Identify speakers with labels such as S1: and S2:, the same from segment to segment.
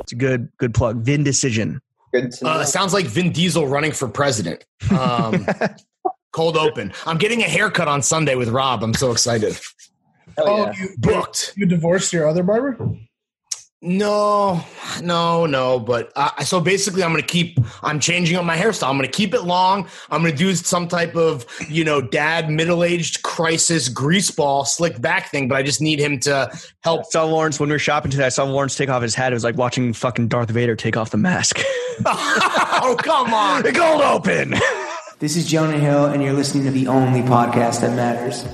S1: It's a good good plug. Vin Decision.
S2: Good to know.
S3: Uh, sounds like Vin Diesel running for president. Um, cold open. I'm getting a haircut on Sunday with Rob. I'm so excited.
S2: Hell
S4: Oh,
S2: yeah.
S4: you
S3: Booked.
S4: you divorced your other barber?
S3: No, no, no. But uh, so basically, I'm going to keep. I'm changing up my hairstyle. I'm going to keep it long. I'm going to do some type of you know dad middle aged crisis greaseball slick back thing. But I just need him to
S1: I
S3: help.
S1: saw Lawrence when we were shopping today. I saw Lawrence take off his hat. It was like watching fucking Darth Vader take off the mask.
S3: oh come on!
S1: Cold open.
S5: This is Jonah Hill, and you're listening to the only podcast that matters.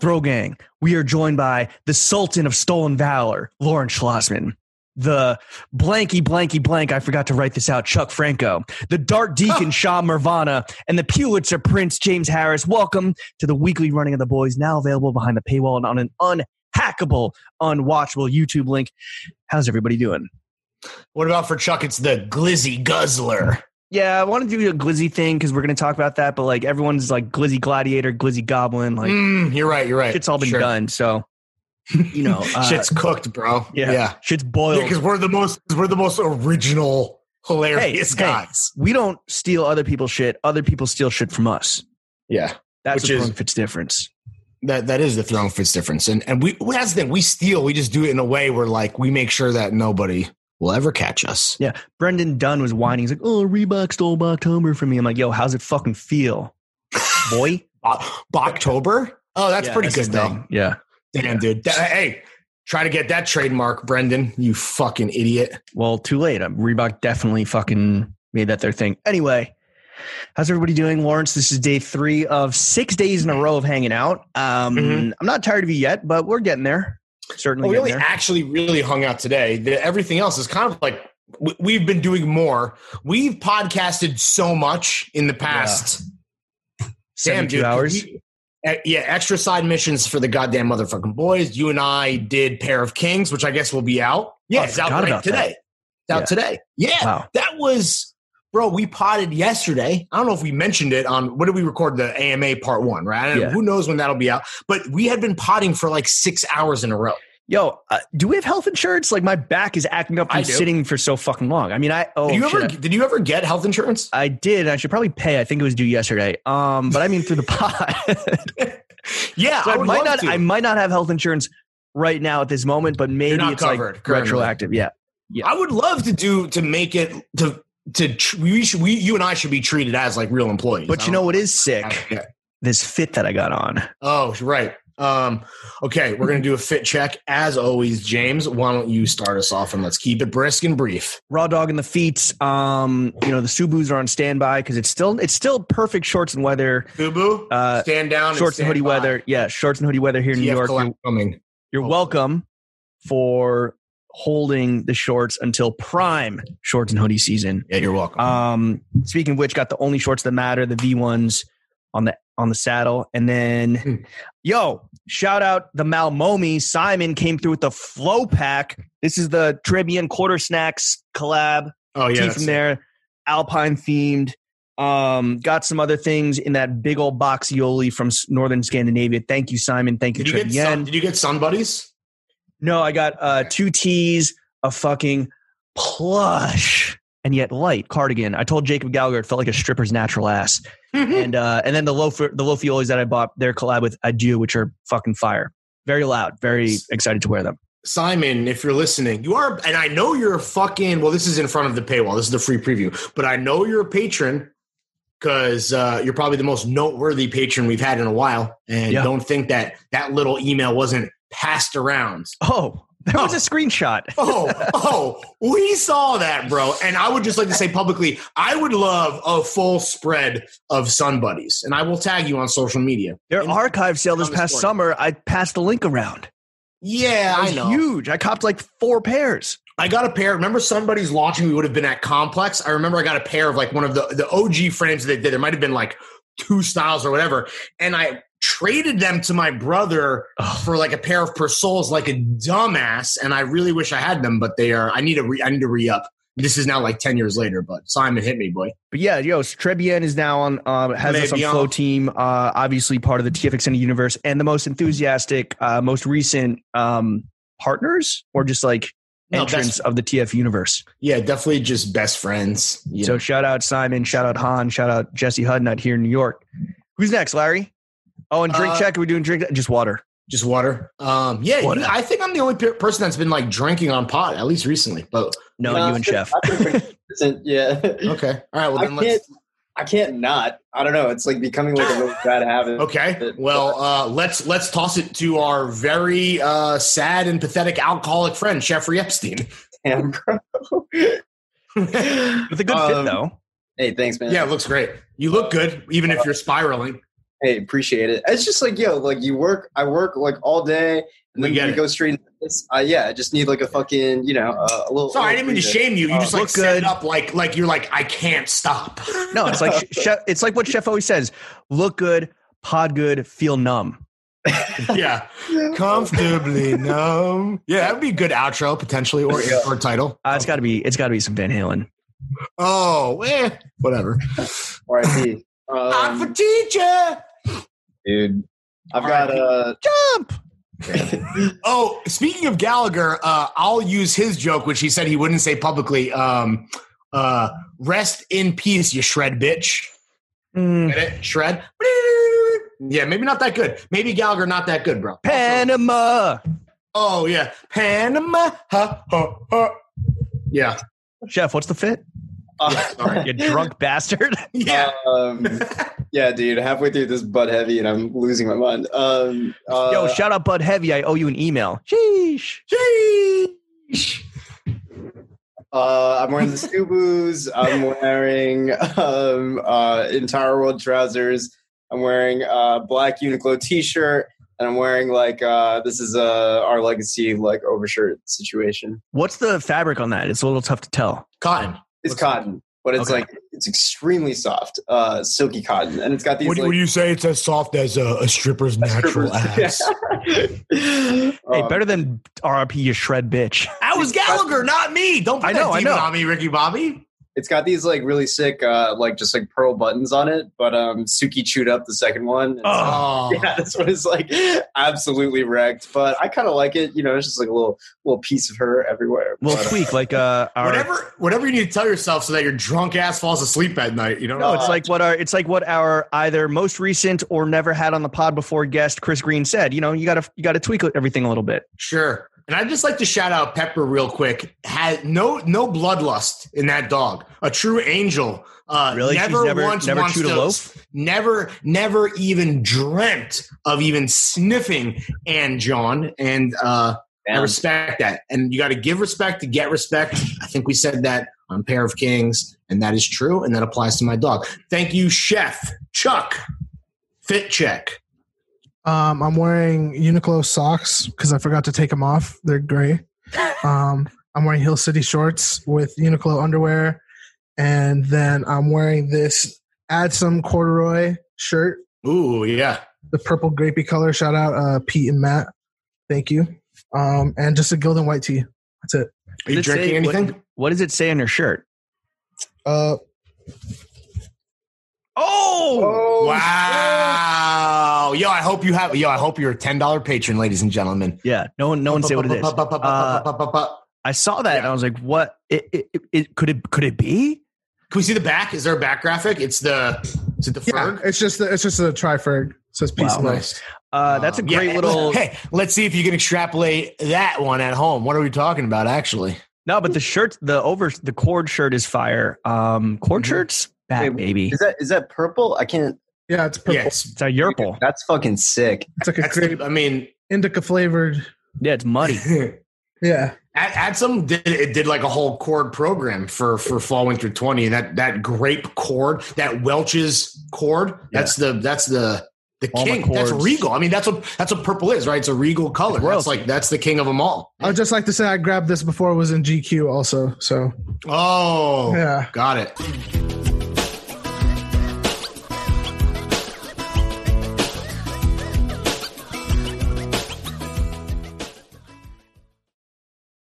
S1: Throw Gang. We are joined by the Sultan of Stolen Valor, Lauren Schlossman. The blanky blanky blank, I forgot to write this out, Chuck Franco, the Dark Deacon Shah Mervana, and the Pulitzer Prince James Harris. Welcome to the weekly running of the boys, now available behind the paywall and on an unhackable, unwatchable YouTube link. How's everybody doing?
S3: What about for Chuck? It's the Glizzy Guzzler.
S1: Yeah, I want to do a glizzy thing because we're going to talk about that, but like everyone's like glizzy gladiator, glizzy goblin, like
S3: Mm, you're right. You're right.
S1: shit's all been
S3: Sure.
S1: done. So, you know, uh,
S3: Shit's cooked, bro.
S1: yeah,
S3: yeah.
S1: shit's boiled.
S3: Because we're the most. 'cause we're the most original, hilarious
S1: Hey, hey.
S3: guys.
S1: we don't steal other people's shit. Other people steal shit from us.
S3: Yeah.
S1: That's
S3: Which
S1: the
S3: is-
S1: Throne Fits difference.
S3: That that is the throne fits difference, and and we well, that's the thing. We steal. We just do it in a way where like we make sure that nobody will ever catch us.
S1: Yeah. Brendan Dunn was whining. He's like, oh, Reebok stole Boktober from me. I'm like, yo, how's it fucking feel? Boy.
S3: October. Oh, that's
S1: Yeah,
S3: pretty
S1: his
S3: good though.
S1: thing. Yeah.
S3: Damn, dude. That- hey, try to get that trademark, Brendan. You fucking idiot.
S1: Well, too late. Um, Reebok definitely fucking made that their thing. Anyway, how's everybody doing, Lawrence? This is day three of six days in a row of hanging out. Um,
S3: Mhm.
S1: I'm not tired of you yet, but we're getting there. Certainly
S3: Well, we
S1: getting
S3: only
S1: there.
S3: actually Oh, really hung out today. The, everything else is kind of like we, we've been doing more. We've podcasted so much in the past. Ah, Damn,
S1: 72
S3: dude,
S1: hours.
S3: we- eh, yeah, extra side missions for the goddamn motherfucking boys. You and I did Pair of Kings, which I guess will be out. Yeah,
S1: Oh, I
S3: it's out
S1: forgot
S3: right
S1: about
S3: today.
S1: that.
S3: It's out
S1: Yeah.
S3: today. Yeah,
S1: Wow.
S3: that was, bro, we potted yesterday. I don't know if we mentioned it on, what did we record? The AMA part one, right? I don't-
S1: Yeah.
S3: Who knows when that'll be out? But we had been potting for like six hours in a row.
S1: Yo, uh, do we have health insurance? Like my back is acting up
S3: I
S1: from
S3: do.
S1: sitting for so fucking long. I mean, I oh
S3: did, you
S1: shit,
S3: ever,
S1: I-
S3: did you ever get health insurance?
S1: I did. I should probably pay. I think it was due yesterday. Um, but I mean through the pot.
S3: Yeah,
S1: so I,
S3: would
S1: might
S3: love
S1: not.
S3: to.
S1: I might not have health insurance right now at this moment, but maybe
S3: not
S1: it's
S3: covered
S1: like
S3: currently.
S1: retroactive. Yeah.
S3: I would love to do to make it to to tr- we should we you and I should be treated as like real employees.
S1: But
S3: I
S1: you know what is sick?
S3: don't- Yeah.
S1: This fit that I got on.
S3: Oh, right. Um, okay, we're gonna do a fit check as always. James, why don't you start us off and let's keep it brisk and brief.
S1: Raw dog in the feet. Um, you know the Subus are on standby because it's still it's still perfect shorts and weather.
S3: Fubu,
S1: Uh,
S3: stand down.
S1: shorts and
S3: stand
S1: hoodie
S3: by.
S1: weather. Yeah, shorts and hoodie weather here in New
S3: TF
S1: York.
S3: collect coming.
S1: You're
S3: Hopefully.
S1: welcome for holding the shorts until prime shorts and hoodie season.
S3: Yeah, you're welcome.
S1: Um, speaking of which, got the only shorts that matter, the V ones on the on the saddle, and then
S3: Hmm.
S1: yo, shout out the Malmomi Simon came through with the flow pack. This is the Tribbian quarter snacks collab.
S3: oh
S1: Tea
S3: yeah,
S1: from
S3: that's-
S1: there, Alpine themed. Um, got some other things in that big old box Yoli from s- Northern Scandinavia. Thank you, Simon. Thank you,
S3: Did you get
S1: Tribbian.
S3: sun, did you get sun buddies?
S1: No, I got uh, two tees, a fucking plush and yet light cardigan. I told Jacob Gallagher it felt like a stripper's natural ass. and uh, and then the loafer, the loafiolis that I bought, their collab with Adieu, which are fucking fire. Very loud. Very excited to wear them.
S3: Simon, if you're listening, you are, and I know you're a fucking. Well, this is in front of the paywall. This is the free preview, but I know you're a patron because uh, you're probably the most noteworthy patron we've had in a while. And
S1: Yeah.
S3: don't think that that little email wasn't passed around.
S1: Oh, there was
S3: Oh.
S1: a screenshot.
S3: Oh, oh, we saw that, bro. And I would just like to say publicly, I would love a full spread of Sun Buddies, and I will tag you on social media.
S1: Their
S3: In-
S1: archive sale this
S3: on the
S1: past
S3: store.
S1: summer, I passed the link around.
S3: Yeah,
S1: That
S3: I
S1: was
S3: know.
S1: Huge. I copped like four pairs.
S3: I got a pair. Remember somebody's launching? We would have been at Complex. I remember I got a pair of like one of the the OG frames that they did. There might have been like two styles or whatever. And I traded them to my brother for like a pair of Persols, like a dumbass. And I really wish I had them, but they are. I need to. Re, I need to re up. This is now like ten years later, but Simon hit me, boy.
S1: But yeah, yo, Trebien is now on um, has us on
S3: Trebien.
S1: Flow Team, uh, obviously part of the TFXN universe, and the most enthusiastic, uh, most recent um, partners, or just like
S3: No, best-
S1: entrance of the TF universe.
S3: Yeah, definitely just best friends. You
S1: So
S3: know.
S1: shout out Simon, shout out Han, shout out Jesse Hudnut here in New York. Who's next, Larry? Oh, and drink
S3: Uh,
S1: check. Are we doing drink? Just water.
S3: just water. Um, yeah,
S1: Water.
S3: I think I'm the only pe- person that's been like drinking on pot at least recently. But
S1: No,
S2: No,
S1: you and
S2: it's-
S1: Chef.
S2: I've been pretty consistent, yeah.
S3: okay, all right. Well,
S2: I
S3: then let's.
S2: can't. I can't not. I don't know. It's like becoming like a really bad habit.
S3: Okay. Well, uh, let's let's toss it to our very uh, sad and pathetic alcoholic friend, Jeffrey Epstein.
S2: Damn, bro.
S3: yeah,
S1: With a good fit
S2: um,
S1: though.
S2: hey, thanks, man.
S3: it looks great. You look good, even if you're spiraling.
S2: Hey, appreciate it. It's just like yo, like you work. I work like all day, and
S3: We
S2: then
S3: get
S2: you
S3: it.
S2: go straight. Into this. Uh, yeah, I just need like a fucking you know uh, a little.
S3: Sorry, I didn't mean to shame you. You just like
S1: Look
S3: set it
S1: good.
S3: up like like you're like I can't stop.
S1: No, it's like Chef. It's like what Chef always says: look good, pod good, feel numb.
S3: yeah,
S2: you.
S3: comfortably numb. Yeah, that would be a good outro potentially, or
S2: Yeah.
S3: or title.
S1: Uh, it's got to be. It's got to be some Van Halen.
S3: Oh, eh, whatever.
S2: R.I.P. Um,
S3: I'm for teacher.
S2: dude, I've got uh,
S1: Jump.
S3: Oh, speaking of Gallagher, uh, I'll use his joke, which he said he wouldn't say publicly. Um, uh, rest in peace, you shred bitch.
S1: Mm.
S3: Get it? Shred. Yeah, maybe not that good. Maybe Gallagher not that good, bro.
S1: Panama.
S3: Oh yeah, Panama. Ha, ha, ha. Yeah,
S1: Chef, what's the fit?
S2: uh,
S3: sorry.
S1: You drunk bastard.
S3: yeah.
S2: Um, yeah, dude. Halfway through this butt heavy, and I'm losing my mind. Um, uh,
S1: Yo, shout out Bud Heavy. I owe you an email. Sheesh.
S3: Sheesh.
S2: uh, I'm wearing the Subu's. I'm wearing um, uh, entire world trousers. I'm wearing uh, black Uniqlo t-shirt, and I'm wearing like uh, this is uh, our legacy like overshirt situation.
S1: What's the fabric on that? It's a little tough to tell.
S3: Cotton.
S2: It's
S3: What's-
S2: cotton, but it's
S1: Okay.
S2: like it's extremely soft, uh, silky cotton, and it's got these. like,
S3: you say? It's as soft as a, a stripper's
S2: strippers.
S1: Hey,
S2: Um,
S1: better than RRP, you shred bitch.
S3: That was Gallagher, not me. Don't put
S1: I know,
S3: that
S1: I
S3: demon
S1: know.
S3: on me, Ricky Bobby.
S2: It's got these like really sick, uh, like just like pearl buttons on it. But um, Suki chewed up the second one. and so-
S3: Oh,
S2: yeah, this one is like absolutely wrecked. But I kind of like it. You know, it's just like a little little piece of her everywhere.
S1: Little
S2: But, uh,
S1: tweak, like uh, our,
S3: whatever whatever you need to tell yourself so that your drunk ass falls asleep at night you know
S1: No, it's like what our it's like what our either most recent or never had on the pod before guest Chris Green said. You know, you gotta you gotta tweak everything a little bit.
S3: sure and i'd just like to shout out pepper real quick had no no bloodlust in that dog a true angel uh
S1: Really,
S3: never
S1: she's never
S3: once
S1: never
S3: wants
S1: chewed
S3: to
S1: a loaf.
S3: never never even dreamt of even sniffing and john and uh i
S1: Um, Oh.
S2: damn.
S3: respect that and you got to give respect to get respect i think we said that on pair of kings and that is true and that applies to my dog thank you chef chuck fit check
S4: Um, I'm wearing Uniqlo socks because I forgot to take them off. They're gray. Um, I'm wearing Hill City shorts with Uniqlo underwear, and then I'm wearing this add some corduroy shirt,
S3: Ooh, yeah.
S4: the purple grapey color. Shout out uh, Pete and Matt, thank you. Um, and just a Gildan white tee. That's it.
S3: Are you
S1: Let's say
S3: drinking
S1: what-
S3: anything?
S1: What does it say on your shirt?
S4: Uh,
S1: Oh,
S2: Oh,
S3: wow. Yo, I hope you have yo, I hope you're a ten dollar patron, ladies and gentlemen.
S1: yeah. No one no one say what it is. Uh,
S3: Can
S1: I saw that
S3: Yeah.
S1: and I was like, what? It, it, it, it could it could it be?
S3: we see the back? Is there a back graphic? It's the is it the
S4: yeah,
S3: Ferg?
S4: it's just the, it's just a triferg. It says peace
S1: Wow.
S4: and love.
S3: Nice.
S1: Uh, that's a
S3: Um, yeah,
S1: great
S3: hey,
S1: little
S3: Hey, let's see if you can extrapolate that one at home. What are we talking about actually?
S1: no, but the shirt, the over the cord shirt is fire. Um, cord
S3: Mhm.
S1: shirts,
S2: Wait,
S1: bad baby.
S2: Is that is that purple? I can't.
S4: Yeah, it's purple.
S3: Yes.
S1: It's a yerple.
S2: That's fucking sick.
S4: It's like a
S3: That's
S4: grape
S3: the, I mean
S4: indica flavored.
S1: Yeah, it's muddy.
S3: add,
S4: Yeah,
S3: add some did it did like a whole chord program for for fall winter 20 and that that grape chord that welch's chord that's the that's the the
S1: All my
S3: king that's
S1: chords.
S3: regal i mean that's what that's what purple is right it's a regal
S1: It's
S3: color that's
S1: royalty.
S3: like that's the king of them all
S4: I'd just like to say I grabbed this before it was in GQ also. So
S3: oh
S4: yeah.
S3: got it